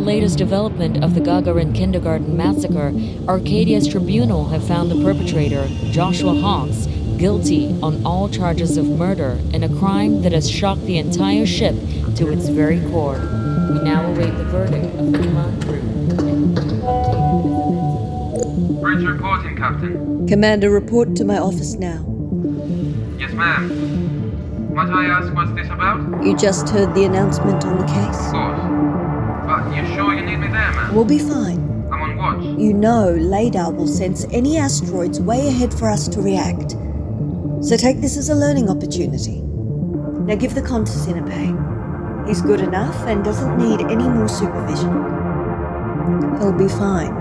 latest development of the Gagarin kindergarten massacre, Arcadia's tribunal have found the perpetrator, Joshua Hawks, guilty on all charges of murder in a crime that has shocked the entire ship to its very core. We now await the verdict of the command crew. Bridge reporting, Captain. Commander, report to my office now. Yes, ma'am. Might I ask what's this about? You just heard the announcement on the case. Of course. But you sure you need me there, ma'am? We'll be fine. I'm on watch. You know, LADAR will sense any asteroids way ahead for us to react. So take this as a learning opportunity. Now give the con to Sinape. He's good enough and doesn't need any more supervision. He'll be fine.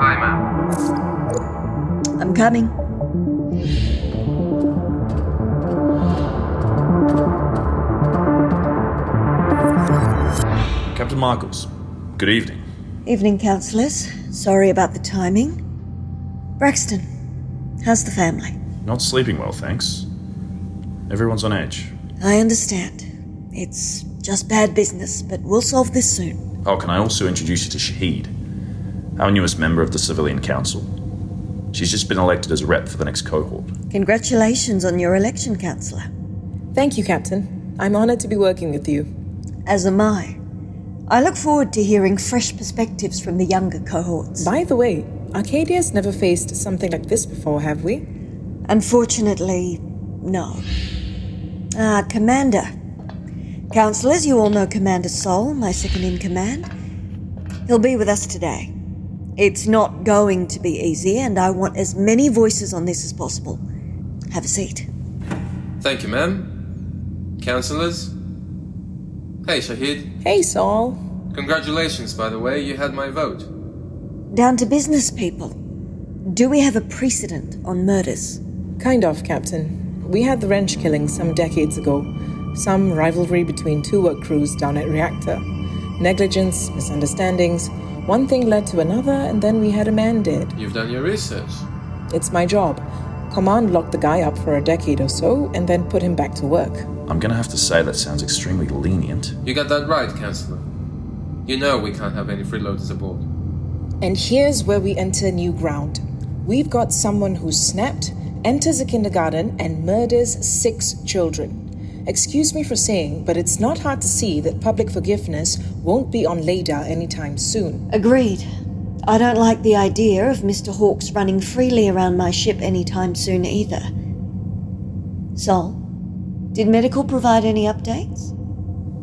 Hi, ma'am. I'm coming. Captain Michaels, good evening. Evening, councillors. Sorry about the timing. Braxton, how's the family? Not sleeping well, thanks. Everyone's on edge. I understand. It's just bad business, but we'll solve this soon. Oh, can I also introduce you to Shahid, our newest member of the Civilian Council? She's just been elected as a rep for the next cohort. Congratulations on your election, Councillor. Thank you, Captain. I'm honoured to be working with you. As am I. I look forward to hearing fresh perspectives from the younger cohorts. By the way, Arcadia's never faced something like this before, have we? Unfortunately, no. Ah, Commander. Counselors, you all know Commander Sol, my second in command. He'll be with us today. It's not going to be easy, and I want as many voices on this as possible. Have a seat. Thank you, ma'am. Counselors, Hey, Shahid. Hey, Saul. Congratulations, by the way, you had my vote. Down to business, people. Do we have a precedent on murders? Kind of, Captain. We had the wrench killing some decades ago. Some rivalry between two work crews down at Reactor. Negligence, misunderstandings. One thing led to another, and then we had a man dead. You've done your research. It's my job. Command locked the guy up for a decade or so and then put him back to work. I'm gonna have to say that sounds extremely lenient. You got that right, Counselor. You know we can't have any freeloaders aboard. And here's where we enter new ground. We've got someone who snapped, enters a kindergarten, and murders six children. Excuse me for saying, but it's not hard to see that public forgiveness won't be on LADAR anytime soon. Agreed. I don't like the idea of Mr. Hawks running freely around my ship anytime soon either. Sol, did medical provide any updates?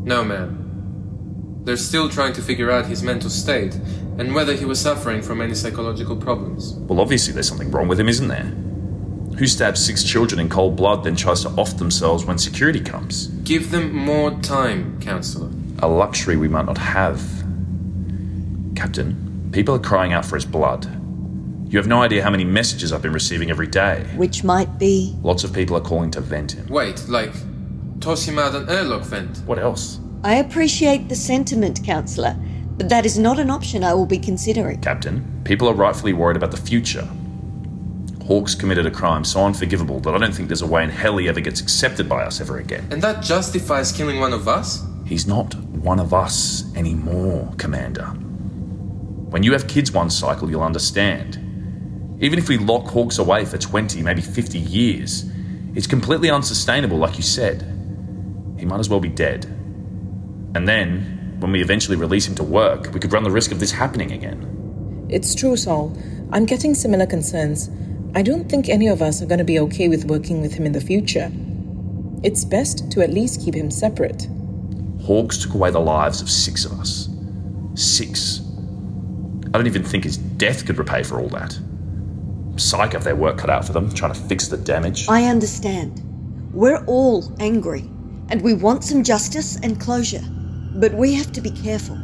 No, ma'am. They're still trying to figure out his mental state and whether he was suffering from any psychological problems. Well, obviously, there's something wrong with him, isn't there? Who stabs six children in cold blood, then tries to off themselves when security comes? Give them more time, Counselor. A luxury we might not have. Captain, People are crying out for his blood. You have no idea how many messages I've been receiving every day. Which might be. Lots of people are calling to vent him. Wait, like, toss him out an airlock vent. What else? I appreciate the sentiment, Counselor, but that is not an option I will be considering. Captain, people are rightfully worried about the future. Hawks committed a crime so unforgivable that I don't think there's a way in hell he ever gets accepted by us ever again. And that justifies killing one of us? He's not one of us anymore, Commander. When you have kids one cycle, you'll understand. Even if we lock Hawks away for 20, maybe 50 years, it's completely unsustainable, like you said. He might as well be dead. And then, when we eventually release him to work, we could run the risk of this happening again. It's true, Saul. I'm getting similar concerns. I don't think any of us are going to be okay with working with him in the future. It's best to at least keep him separate. Hawks took away the lives of six of us. Six. I don't even think his death could repay for all that. Psych have their work cut out for them, trying to fix the damage. I understand. We're all angry, and we want some justice and closure. But we have to be careful.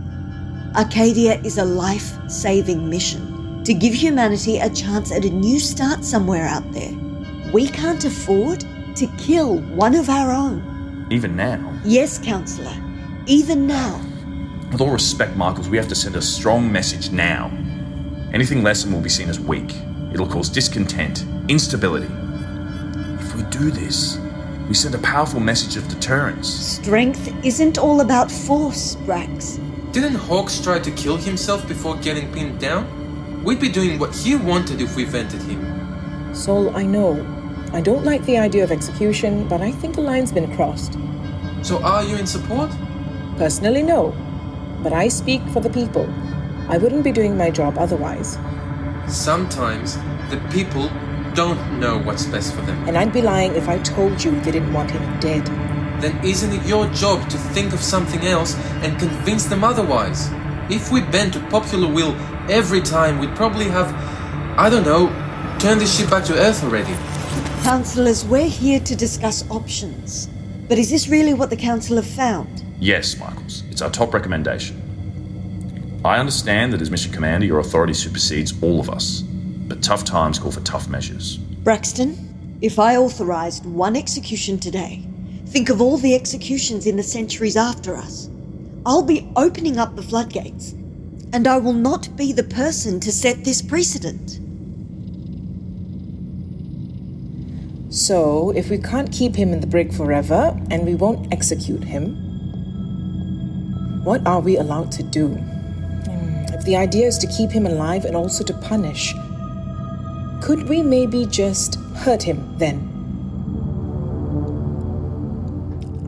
Arcadia is a life saving mission to give humanity a chance at a new start somewhere out there. We can't afford to kill one of our own. Even now? Yes, Counselor. Even now. With all respect, Michaels, we have to send a strong message now. Anything less than will be seen as weak. It'll cause discontent, instability. If we do this, we send a powerful message of deterrence. Strength isn't all about force, Brax. Didn't Hawks try to kill himself before getting pinned down? We'd be doing what he wanted if we vented him. Sol, I know. I don't like the idea of execution, but I think a line's been crossed. So are you in support? Personally, no. But I speak for the people. I wouldn't be doing my job otherwise. Sometimes the people don't know what's best for them. And I'd be lying if I told you they didn't want him dead. Then isn't it your job to think of something else and convince them otherwise? If we bend to popular will every time, we'd probably have, I don't know, turned this ship back to Earth already. Councillors, we're here to discuss options. But is this really what the Council have found? Yes, Michaels, it's our top recommendation. I understand that as Mission Commander, your authority supersedes all of us, but tough times call for tough measures. Braxton, if I authorized one execution today, think of all the executions in the centuries after us. I'll be opening up the floodgates, and I will not be the person to set this precedent. So, if we can't keep him in the brig forever and we won't execute him, what are we allowed to do? Hmm, If the idea is to keep him alive and also to punish, could we maybe just hurt him then?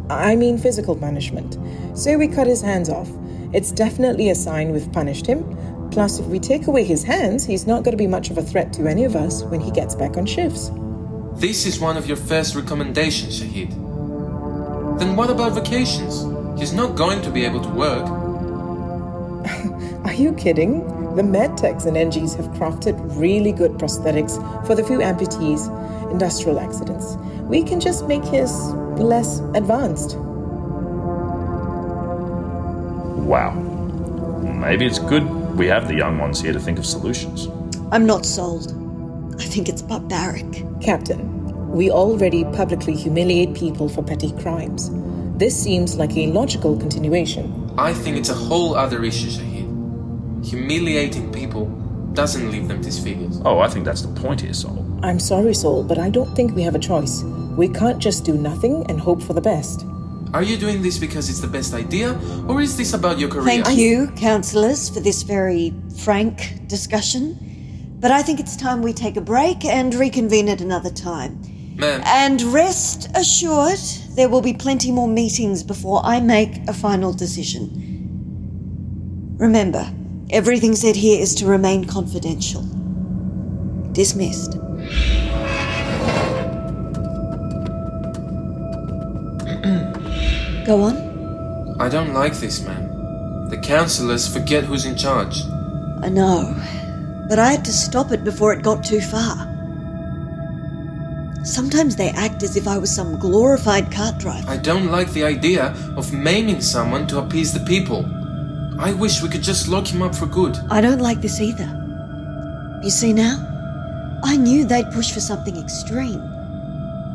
I mean physical punishment. Say we cut his hands off. It's definitely a sign we've punished him. Plus, if we take away his hands, he's not going to be much of a threat to any of us when he gets back on shifts. This is one of your first recommendations, Shahid. Then what about vacations? He's not going to be able to work. Are you kidding? The medtechs and NGs have crafted really good prosthetics for the few amputees, industrial accidents. We can just make his less advanced. Wow. Maybe it's good we have the young ones here to think of solutions. I'm not sold. I think it's barbaric. Captain, we already publicly humiliate people for petty crimes. This seems like a logical continuation. I think it's a whole other issue, Shahid. Humiliating people doesn't leave them disfigured. Oh, I think that's the point here, Sol. I'm sorry, Sol, but I don't think we have a choice. We can't just do nothing and hope for the best. Are you doing this because it's the best idea, or is this about your career? Thank you, councillors, for this very frank discussion. But I think it's time we take a break and reconvene at another time. Ma'am, And rest assured, there will be plenty more meetings before I make a final decision. Remember, everything said here is to remain confidential. Dismissed. Go on. I don't like this, ma'am. The councillors forget who's in charge. I know, but I had to stop it before it got too far. Sometimes they act as if I was some glorified cart driver. I don't like the idea of maiming someone to appease the people. I wish we could just lock him up for good. I don't like this either. You see now? I knew they'd push for something extreme.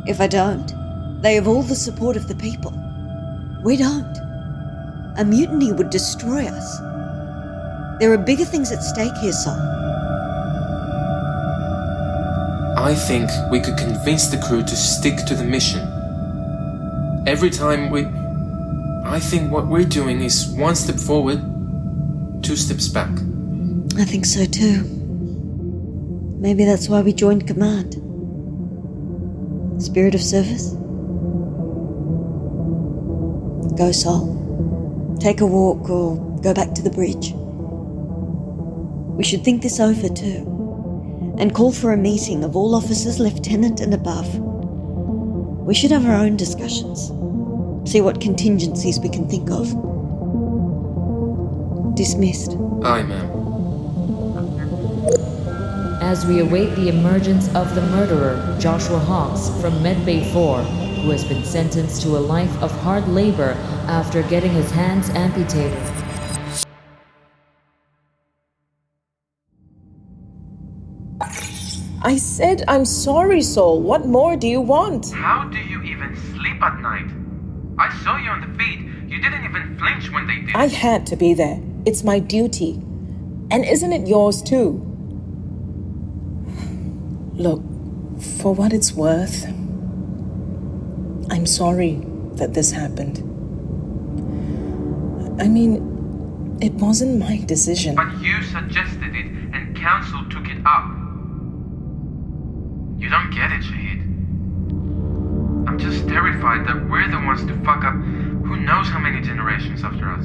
If I don't, they have all the support of the people. We don't. A mutiny would destroy us. There are bigger things at stake here, Sol. I think we could convince the crew to stick to the mission. Every time we. I think what we're doing is one step forward, two steps back. I think so too. Maybe that's why we joined command. Spirit of service? Go, Sol. Take a walk or go back to the bridge. We should think this over too, and call for a meeting of all officers, lieutenant and above. We should have our own discussions, see what contingencies we can think of. Dismissed. Aye, ma'am. as we await the emergence of the murderer, Joshua Hawks, from Medbay 4, who has been sentenced to a life of hard labor after getting his hands amputated. I said, I'm sorry, Sol. What more do you want? How do you even sleep at night? I saw you on the feed. You didn't even flinch when they did. I had to be there. It's my duty. And isn't it yours too? Look, for what it's worth, I'm sorry that this happened. I mean, It wasn't my decision. But you suggested it and Council took it up. You don't get it, Shahid. I'm just terrified that we're the ones to fuck up who knows how many generations after us.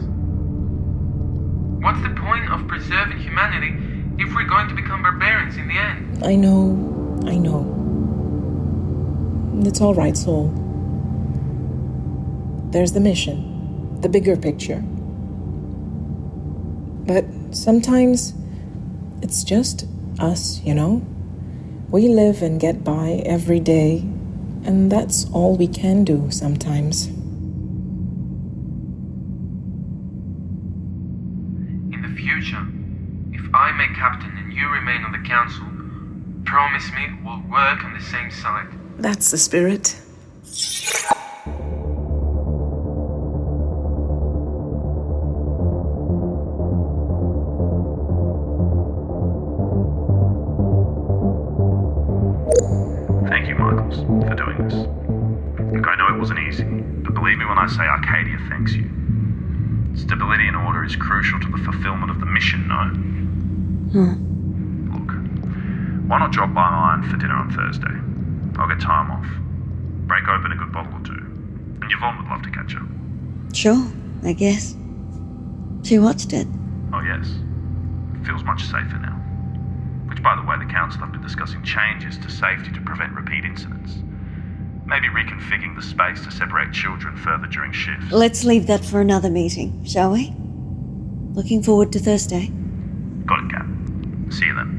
What's the point of preserving humanity if we're going to become barbarians in the end? I know, I know. It's all right, Soul. There's the mission, the bigger picture. But sometimes it's just us, you know? We live and get by every day, and that's all we can do sometimes. In the future, if I make captain and you remain on the council, promise me we'll work on the same side. That's the spirit. Thank you, Michaels, for doing this. Look, I know it wasn't easy, but believe me when I say Arcadia thanks you. Stability and order is crucial to the fulfillment of the mission, no? Look, why not drop by mine for dinner on Thursday? I'll get time off. Break open a good bottle or two. And Yvonne would love to catch up. Sure, I guess. She watched it. Oh, yes. Feels much safer now. Which, by the way, the council have been discussing changes to safety to prevent repeat incidents. Maybe reconfiguring the space to separate children further during shifts. Let's leave that for another meeting, shall we? Looking forward to Thursday. Got it, Cap. See you then.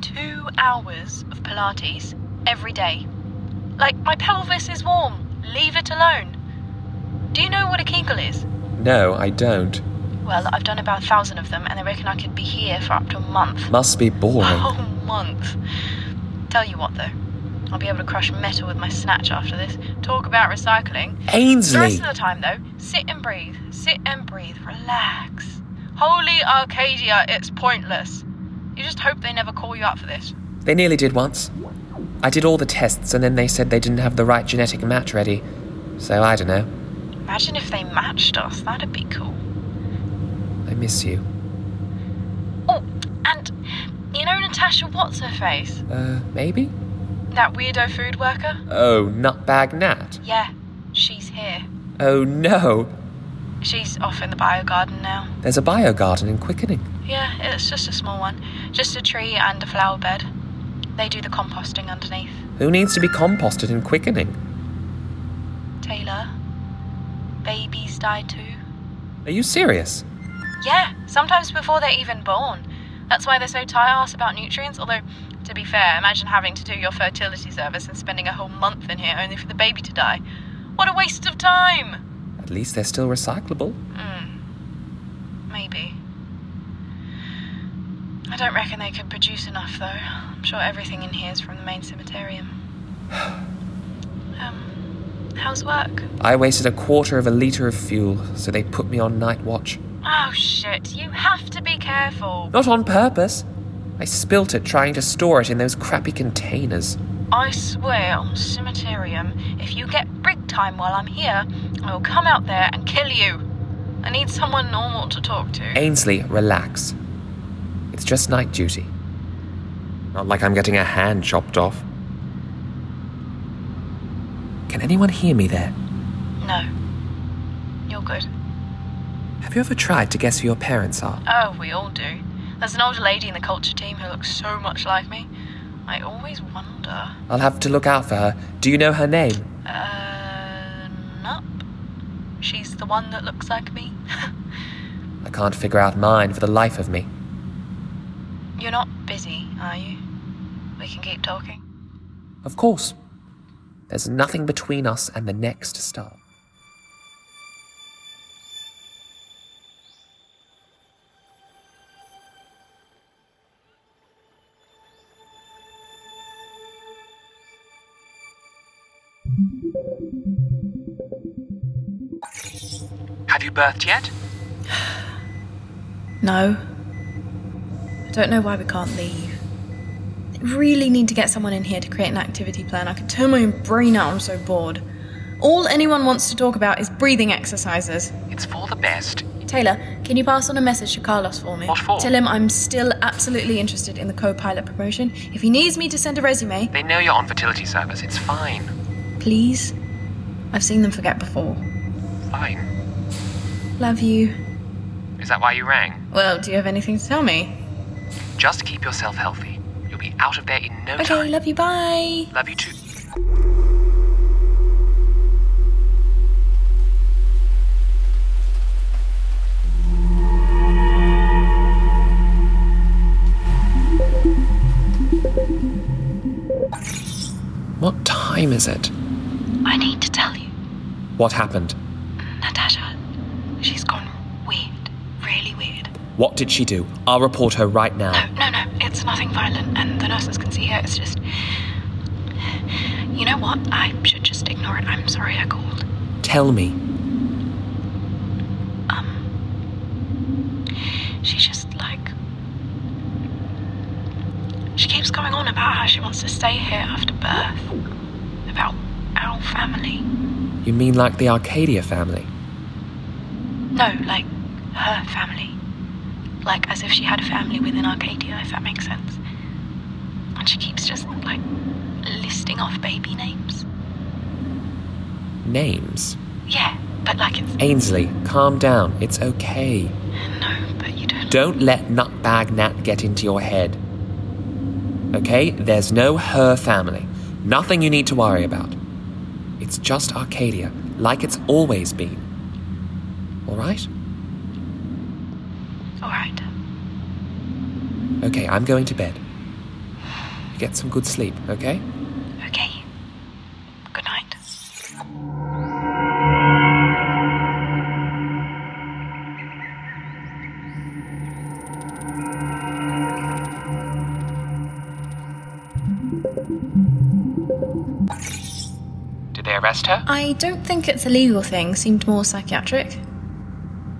two hours of Pilates every day. Like, my pelvis is warm. Leave it alone. Do you know what a Kegel is? No, I don't. Well, I've done about a thousand of them, and I reckon I could be here for up to a month. Must be boring. A whole month. Tell you what, though, I'll be able to crush metal with my snatch after this. Talk about recycling. The rest Ainsley! of the time, though, sit and breathe. Sit and breathe. Relax. Holy Arcadia, it's pointless. You just hope they never call you up for this. They nearly did once. I did all the tests and then they said they didn't have the right genetic match ready. So I don't know. Imagine if they matched us. That'd be cool. I miss you. Oh, and you know Natasha What's her face? Uh, maybe? That weirdo food worker? Oh, Nutbag Nat. Yeah, she's here. Oh no! She's off in the bio garden now. There's a bio garden in Quickening. Yeah, it's just a small one. Just a tree and a flower bed. They do the composting underneath. Who needs to be composted in Quickening? Taylor. Babies die too. Are you serious? Yeah, sometimes before they're even born. That's why they're so tired about nutrients. Although, to be fair, imagine having to do your fertility service and spending a whole month in here only for the baby to die. What a waste of time! Hmm. At least they're still recyclable. Maybe. I don't reckon they could produce enough, though. I'm sure everything in here is from the main cemeterium. Um, how's work? I wasted a quarter of a litre of fuel, so they put me on night watch. Oh shit, you have to be careful. Not on purpose. I spilt it trying to store it in those crappy containers. I swear on Cemeterium, if you get brig time while I'm here, I will come out there and kill you. I need someone normal to talk to. Ainsley, relax. It's just night duty. Not like I'm getting a hand chopped off. Can anyone hear me there? No. You're good. Have you ever tried to guess who your parents are? Oh, we all do. There's an older lady in the culture team who looks so much like me. I always wonder. I'll have to look out for her. Do you know her name? Uh, nup. She's the one that looks like me. I can't figure out mine for the life of me. You're not busy, are you? We can keep talking. Of course. There's nothing between us and the next star. Have you birthed yet? No. I don't know why we can't leave. I really need to get someone in here to create an activity plan. I could turn my own brain out, I'm so bored. All anyone wants to talk about is breathing exercises. It's for the best. Taylor, can you pass on a message to Carlos for me? What for? Tell him I'm still absolutely interested in the co pilot promotion. If he needs me to send a resume, They know you're on fertility service. It's fine. please. I've seen them forget before. Fine. Love you. Is that why you rang? Well, do you have anything to tell me? Just keep yourself healthy. You'll be out of there in no Okay, time. love you, bye. Love you too. What time is it? I need to tell you, What happened? Natasha. She's gone weird, really weird. What did she do? I'll report her right No, now. no, no. It's nothing violent, and the nurses can see her. It's just. You know what? I should just ignore it. I'm sorry I called. Tell me. Um. She's just like. She keeps going on about how she wants to stay here after birth. About our family. You mean like the Arcadia family? No, like her family. Like as if she had a family within Arcadia, if that makes sense. And she keeps just like listing off baby names. Names? Yeah, but like it's Ainsley, calm down. It's okay. no, but you don't. Don't let Nutbag Nat get into your head. Okay? There's no her family. Nothing you need to worry about. It's just Arcadia, like it's always been. Alright? All right. Okay, I'm going to bed. You Get some good sleep, okay? Okay. Good night. Did they arrest her? I don't think it's a legal thing, seemed more psychiatric.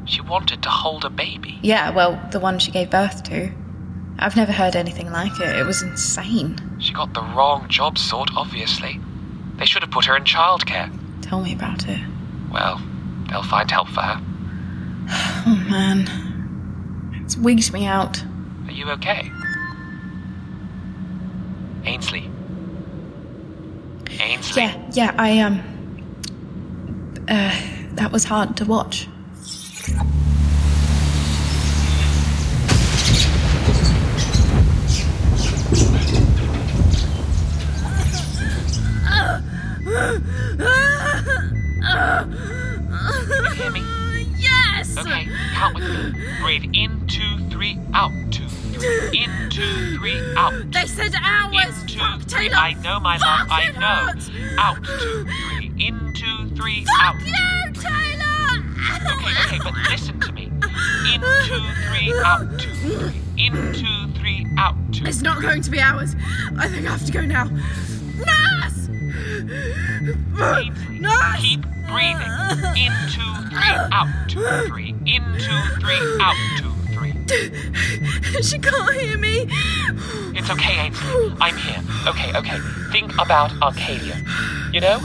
She wanted to hold a baby. Yeah, well, the one she gave birth to. I've never heard anything like it. It was insane. She got the wrong job sort, obviously. They should have put her in childcare. Tell me about it. Well, they'll find help for her. Oh man. It's wigged me out. Are you okay? Ainsley. Ainsley. Yeah, yeah, I, um. Uh, that was hard to watch. Can you hear me? Yes! Okay, count with me. Breathe in, two, three, out, two, three, in, two, three, out. They said In, hours! two, three, I know, my love, I know. Out, two, three, in, two, three, out. you, Taylor! Okay, okay, but listen to me. In, two, three, out, two, three. In, two, three, out, two. It's not going to be hours. I think I have to go now. Nurse! Ainsley, keep breathing. In, two, three, out, two, three. In, two, three, out, two, three. She can't hear me. It's okay, Ainsley. I'm here. Okay, okay. Think about Arcadia. You know?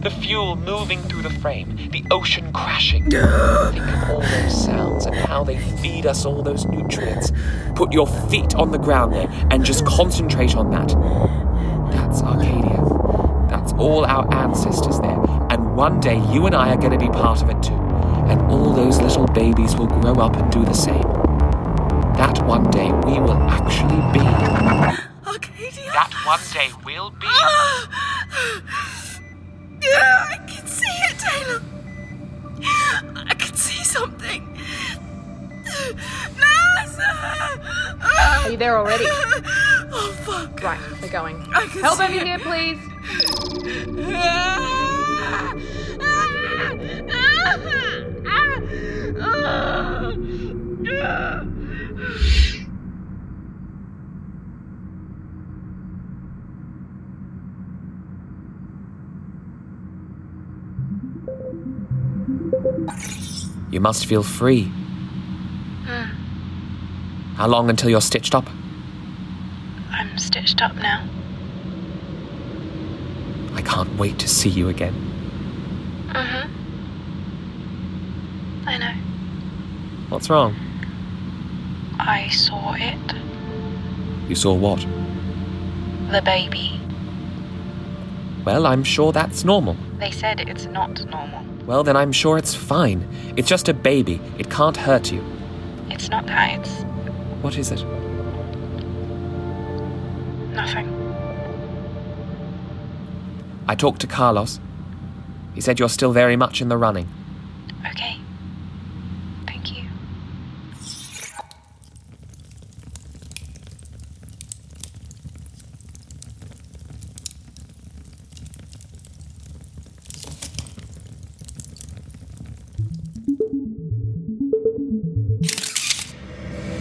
The fuel moving through the frame, the ocean crashing. Think of all those sounds and how they Feed us all those nutrients. Put your feet on the ground there and just concentrate on that. That's Arcadia. That's all our ancestors there. And one day you and I are going to be part of it too. And all those little babies will grow up and do the same. That one day we will actually be. Arcadia! that one day will be. Yeah, I can see it, Taylor. I can see something. Nurse! Are you there already? Oh, fuck. Right, we're going. I can Help see over it. here, please. You must feel free. How long until you're stitched up? I'm stitched up now. I can't wait to see you again. Mm-hmm. Mm hmm. I know. What's wrong? I saw it. You saw what? The baby. Well, I'm sure that's normal. They said it's not normal. Well, then I'm sure it's fine. It's just a baby. It can't hurt you. It's not that, it's What is it? nothing. I talked to Carlos. He said you're still very much in the running. Okay. Thank you.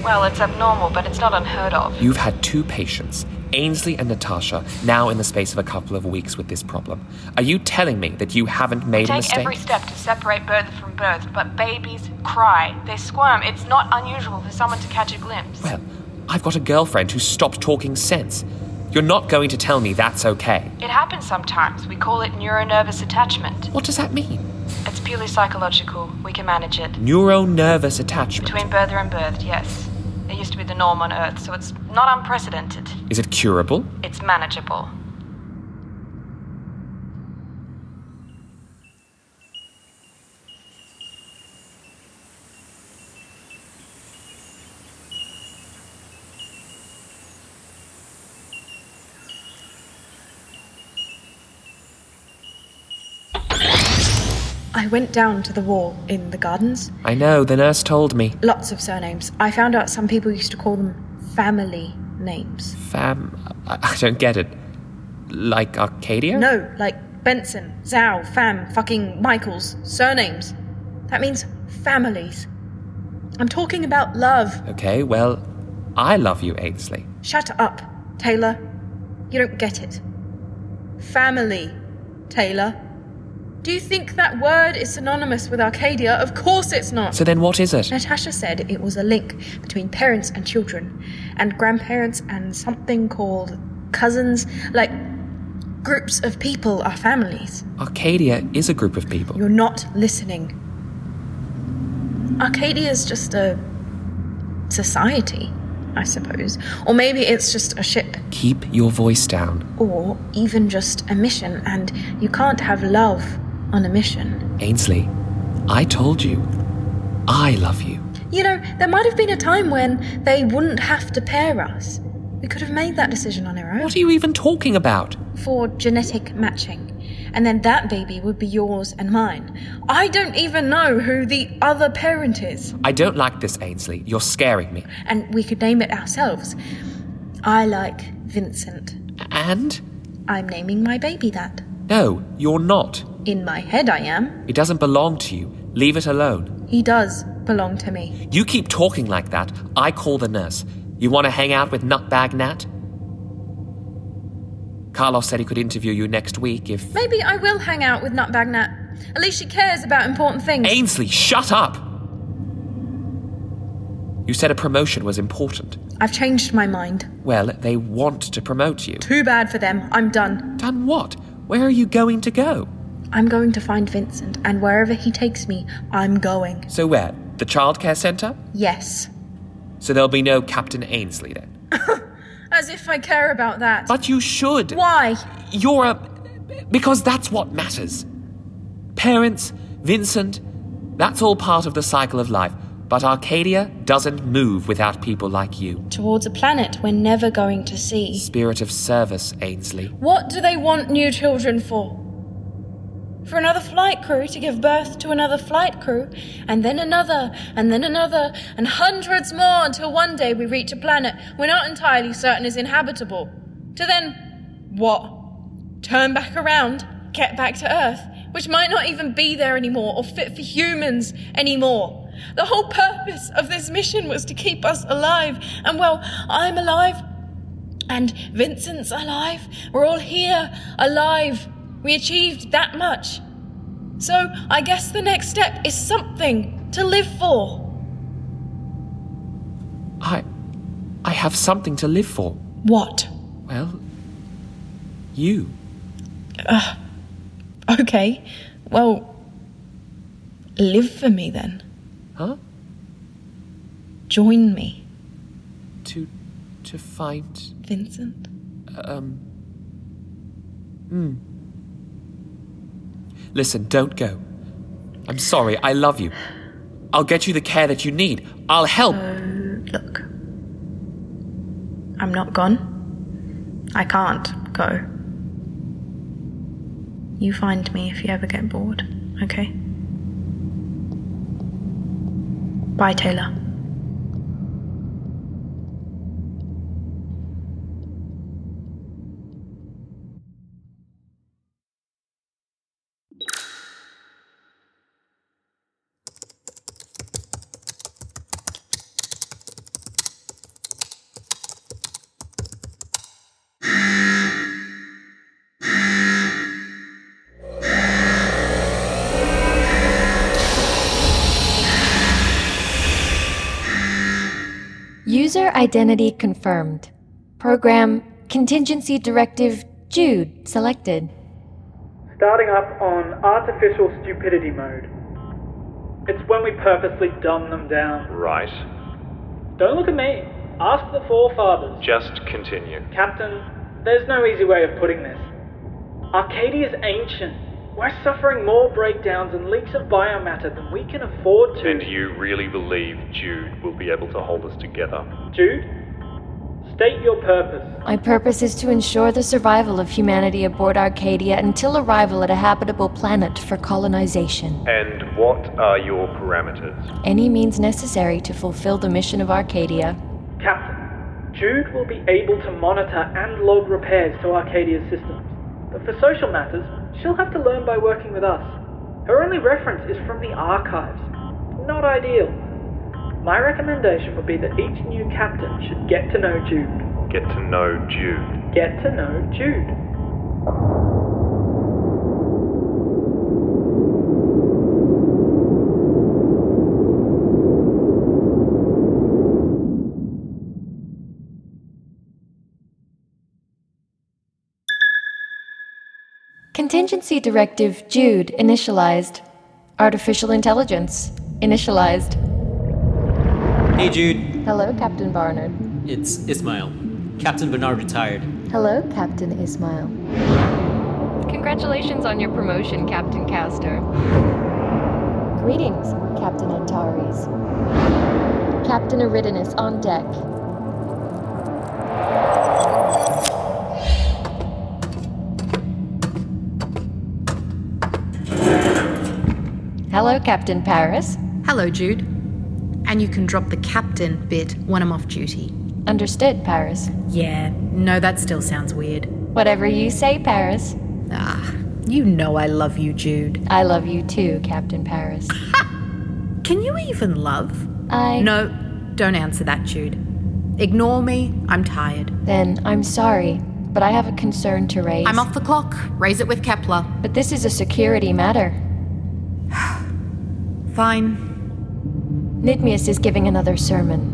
Well, it's abnormal, but it's not unheard of. You've had two patients, Ainsley and Natasha, now in the space of a couple of weeks with this problem. Are you telling me that you haven't made a Take mistake? every step to separate birth from birth, but babies cry. They squirm. It's not unusual for someone to catch a glimpse. Well, I've got a girlfriend who stopped talking sense. You're not going to tell me that's okay. It happens sometimes. We call it neuronervous attachment. What does that mean? It's purely psychological. We can manage it. Neuronervous attachment. Between birther and birthed, yes. It used to be the norm on Earth, so it's not unprecedented. Is it curable? It's manageable. I went down to the wall in the gardens. I know, the nurse told me. Lots of surnames. I found out some people used to call them family names. Fam. I I don't get it. Like Arcadia? No, like Benson, Zhao, Fam, fucking Michaels, surnames. That means families. I'm talking about love. Okay, well, I love you, Ainsley. Shut up, Taylor. You don't get it. Family, Taylor. Do you think that word is synonymous with Arcadia? Of course it's not. So then what is it? Natasha said it was a link between parents and children, and grandparents and something called cousins. Like, groups of people are families. Arcadia is a group of people. You're not listening. Arcadia is just a society, I suppose. Or maybe it's just a ship, Keep your voice down. or even just a mission, and you can't have love on a mission. Ainsley, I told you. I love you. You know, there might have been a time when they wouldn't have to pair us. We could have made that decision on our own. What are you even talking about? for genetic matching. And then that baby would be yours and mine. I don't even know who the other parent is. I don't like this, Ainsley. You're scaring me. And we could name it ourselves. I like Vincent. And? I'm naming my baby that. No, you're not. In my head, I am. It doesn't belong to you. Leave it alone. He does belong to me. You keep talking like that. I call the nurse. You want to hang out with Nutbag Nat? Carlos said he could interview you next week if. Maybe I will hang out with Nutbag Nat. At least she cares about important things. Ainsley, shut up! You said a promotion was important. I've changed my mind. Well, they want to promote you. Too bad for them. I'm done. Done what? Where are you going to go? I'm going to find Vincent, and wherever he takes me, I'm going. So, where? The childcare centre? Yes. So there'll be no Captain Ainsley then. As if I care about that. But you should! Why? You're a. Because that's what matters. Parents, Vincent, that's all part of the cycle of life. But Arcadia doesn't move without people like you. Towards a planet we're never going to see. Spirit of service, Ainsley. What do they want new children for? For another flight crew to give birth to another flight crew, and then another, and then another, and hundreds more until one day we reach a planet we're not entirely certain is inhabitable. To then, what? Turn back around, get back to Earth, which might not even be there anymore or fit for humans anymore. The whole purpose of this mission was to keep us alive, and well, I'm alive, and Vincent's alive. We're all here, alive. We achieved that much. So I guess the next step is something to live for. I. I have something to live for. What? Well, you. Ugh. Uh, okay. Well, live for me then. Huh? Join me, To. to find. Vincent. Um. Hmm. Listen, don't go. I'm sorry, I love you. I'll get you the care that you need. I'll help. Look, I'm not gone. I can't go. You find me if you ever get bored, okay? Bye, Taylor. User identity confirmed. Program contingency directive Jude selected. Starting up on artificial stupidity mode. It's when we purposely dumb them down. Right. Don't look at me. Ask the forefathers. Just continue. Captain, there's no easy way of putting this. Arcadia's ancient. We're suffering more breakdowns and leaks of biomatter than we can afford to. And you really believe Jude will be able to hold us together? Jude, state your purpose. My purpose is to ensure the survival of humanity aboard Arcadia until arrival at a habitable planet for colonization. And what are your parameters? Any means necessary to fulfill the mission of Arcadia. Jude will be able to monitor and log repairs to Arcadia's systems. But for social matters, she'll have to learn by working with us. Her only reference is from the archives. Not ideal. My recommendation would be that each new captain should get to know Jude. Get to know Jude. Get to know Jude. Contingency directive Jude initialized. Artificial intelligence initialized. Hey Jude, Hello, Captain Barnard. it's Ismail. Captain Bernard retired. Hello, Captain Ismail. Congratulations on your promotion, Captain Castor. Greetings, Captain Antares. Captain Eridanus on deck. Hello, Captain Paris. Hello, Jude. And you can drop the captain bit when I'm off duty. Understood, Paris. Yeah, no, that still sounds weird. Whatever you say, Paris. Ah, you know I love you, Jude. I love you too, Captain Paris. Can you even love? I. No, don't answer that, Jude. Ignore me, I'm tired. Then I'm sorry, but I have a concern to raise. I'm off the clock. Raise it with Kepler. But this is a security matter. Fine. Nidmius is giving another sermon.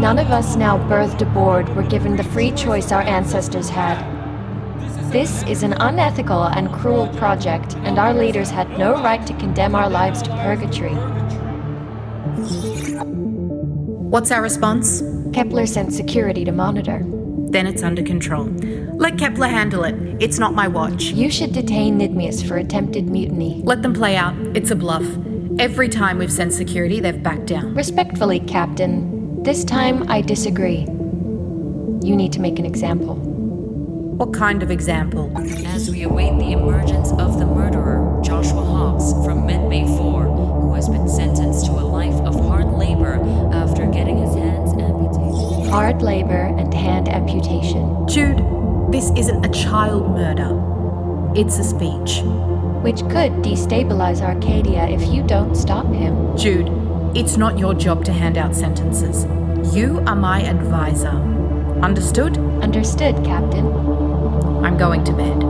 None of us now birthed aboard were given the free choice our ancestors had. This is an unethical and cruel project, and our leaders had no right to condemn our lives to purgatory. What's our response? Kepler sent security to monitor. Then it's under control. Let Kepler handle it. It's not my watch. You should detain Nidmius for attempted mutiny. Let them play out. It's a bluff. Every time we've sent security, they've backed down. Respectfully, Captain, this time I disagree. You need to make an example. What kind of example? As we await the emergence of the murderer, Joshua Hawks, from Medbay 4, who has been sentenced to a life of hard labor after getting his hands amputated. Hard labor and hand amputation, Jude, this isn't a child murder. It's a speech. which could destabilize Arcadia if you don't stop him. Jude, it's not your job to hand out sentences. You are my advisor. Understood? Understood, Captain. I'm going to bed.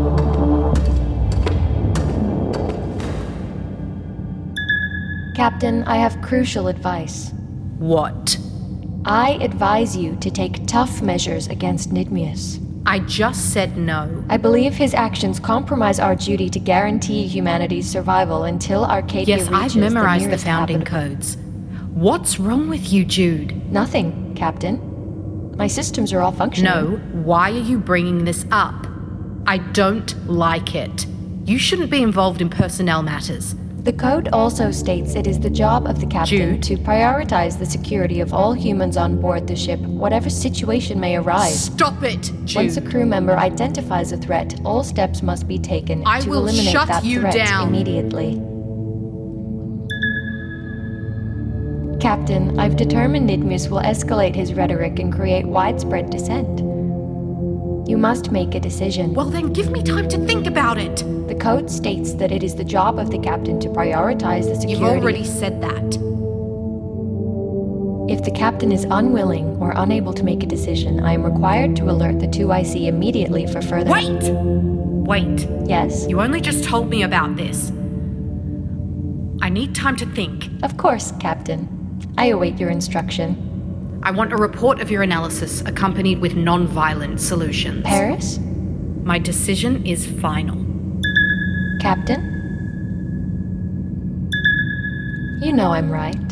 Captain, I have crucial advice. What? I advise you to take tough measures against Nidmius. I just said no. I believe his actions compromise our duty to guarantee humanity's survival until Arcadia yes, reaches I've memorized the, nearest founding codes. What's wrong with you, Jude? Nothing, Captain. My systems are all functioning. No, why are you bringing this up? I don't like it. You shouldn't be involved in personnel matters. The code also states it is the job of the captain Jude? to prioritize the security of all humans on board the ship, whatever situation may arise. Stop it, Jude. Once a crew member identifies a threat, all steps must be taken I to will eliminate shut that you threat down. immediately. Captain, I've determined Nidmus will escalate his rhetoric and create widespread dissent. You must make a decision. Well, then give me time to think about it. The code states that it is the job of the captain to prioritize the security. You've already said that. If the captain is unwilling or unable to make a decision, I am required to alert the 2IC immediately for further. Wait! Wait. Yes? You only just told me about this. I need time to think. Of course, Captain. I await your instruction. I want a report of your analysis accompanied with non-violent solutions. Paris? My decision is final. Captain? You know I'm right.